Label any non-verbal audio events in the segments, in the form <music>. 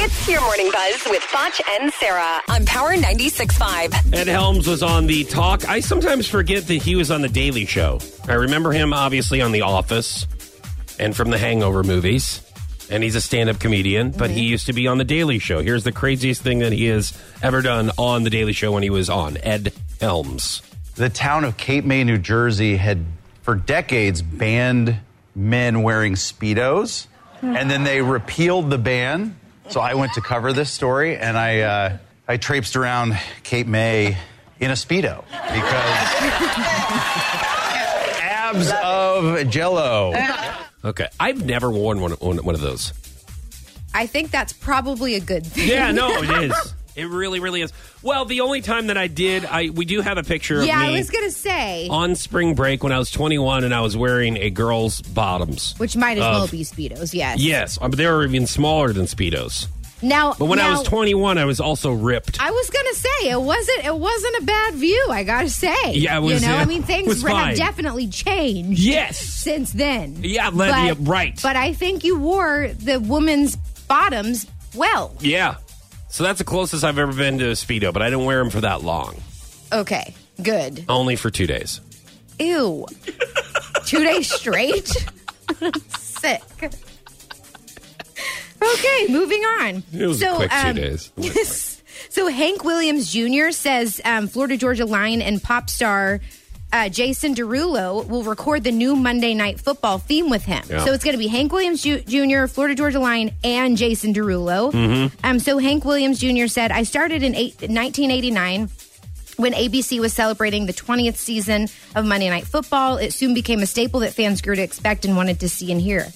It's your morning buzz with Foch and Sarah on Power 96.5. Ed Helms was on the talk. I sometimes forget that he was on the Daily Show. I remember him obviously on The Office and from the Hangover movies. And he's a stand up comedian, but Mm-hmm. he used to be on The Daily Show. Here's the craziest thing that he has ever done on The Daily Show when he was on Ed Helms. The town of Cape May, New Jersey had for decades banned men wearing Speedos, and then they repealed the ban. So I went to cover this story, and I, uh, I traipsed around Cape May in a Speedo because abs of jello. Okay. I've never worn one, one, one of those. I think that's probably a good thing. Yeah, no, <laughs> it is. It really, really is. Well, the only time that I did, I we do have a picture Yeah, of me Uh, I was gonna say, on spring break when I was 21 and I was wearing a girl's bottoms. which might as well be speedos. Yes. Yes, um, they were even smaller than Speedos. Now, But when I was now, 21, I was also ripped. I was gonna say it wasn't it wasn't a bad view. I gotta say. Yeah, it was- You know, yeah, I mean, it was things fine. have definitely changed yes. since then. Yeah, let- yeah, But- right. But I think you wore the woman's bottoms well. Yeah. So that's the closest I've ever been to a Speedo, but I didn't wear them for that long. Okay, good. Only for two days. Ew. Two days straight? Sick. Okay, moving on. It was a quick two <laughs> days. It was Yes. So Hank Williams Jr. says um, Florida Georgia Line and pop star uh, Jason Derulo will record the new Monday Night Football theme with him. Yeah. So it's going to be Hank Williams Ju- Jr., Florida Georgia Line, and Jason Derulo. Mm-hmm. Um, so Hank Williams Jr. said, "I started in eight, 1989." When ABC was celebrating the 20th season of Monday Night Football, it soon became a staple that fans grew to expect and wanted to see and hear.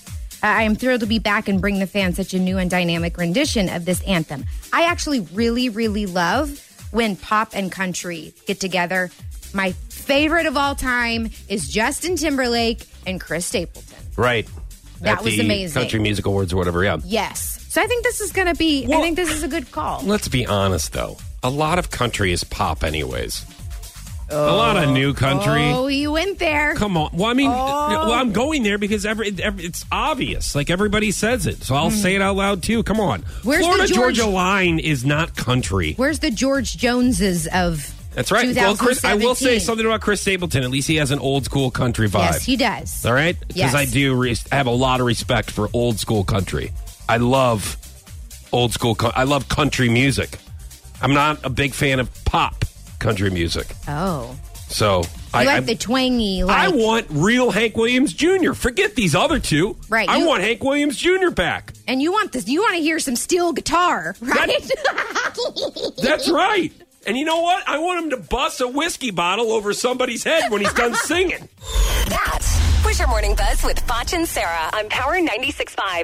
Uh, I am thrilled to be back and bring the fans such a new and dynamic rendition of this anthem. I actually really, really love when pop and country get together. My favorite of all time is Justin Timberlake and Chris Stapleton. Right. That At was the amazing. Country Music Awards or whatever, yeah. Yes. So I think this is going to be, Well- I think this is a good call. Let's be honest, though. A lot of country is pop, anyways. a lot of new country. Oh, you went there. Come on. Well, I mean, well, I'm going there because every, every it's obvious. Like everybody says it, so I'll say it out loud too. Come on. Mm-hmm. Where's the Florida George- Georgia line is not country. Where's the George Joneses of That's right. Well, Chris, I will say 2017? something about Chris Stapleton. At least he has an old school country vibe. Yes, he does. All right, because Yes. I do re- have a lot of respect for old school country. I love old school. Co- I love country music. I'm not a big fan of pop country music, Oh, so you I like I, the twangy. Like, I want real Hank Williams Jr. Forget these other two. Right, I you- want Hank Williams Jr. back. and you want this. You want to hear some steel guitar, right? <laughs> That's right. And you know what? I want him to bust a whiskey bottle over somebody's head when he's done <laughs> singing. That was your morning buzz with Foch and Sarah on Power 96.5.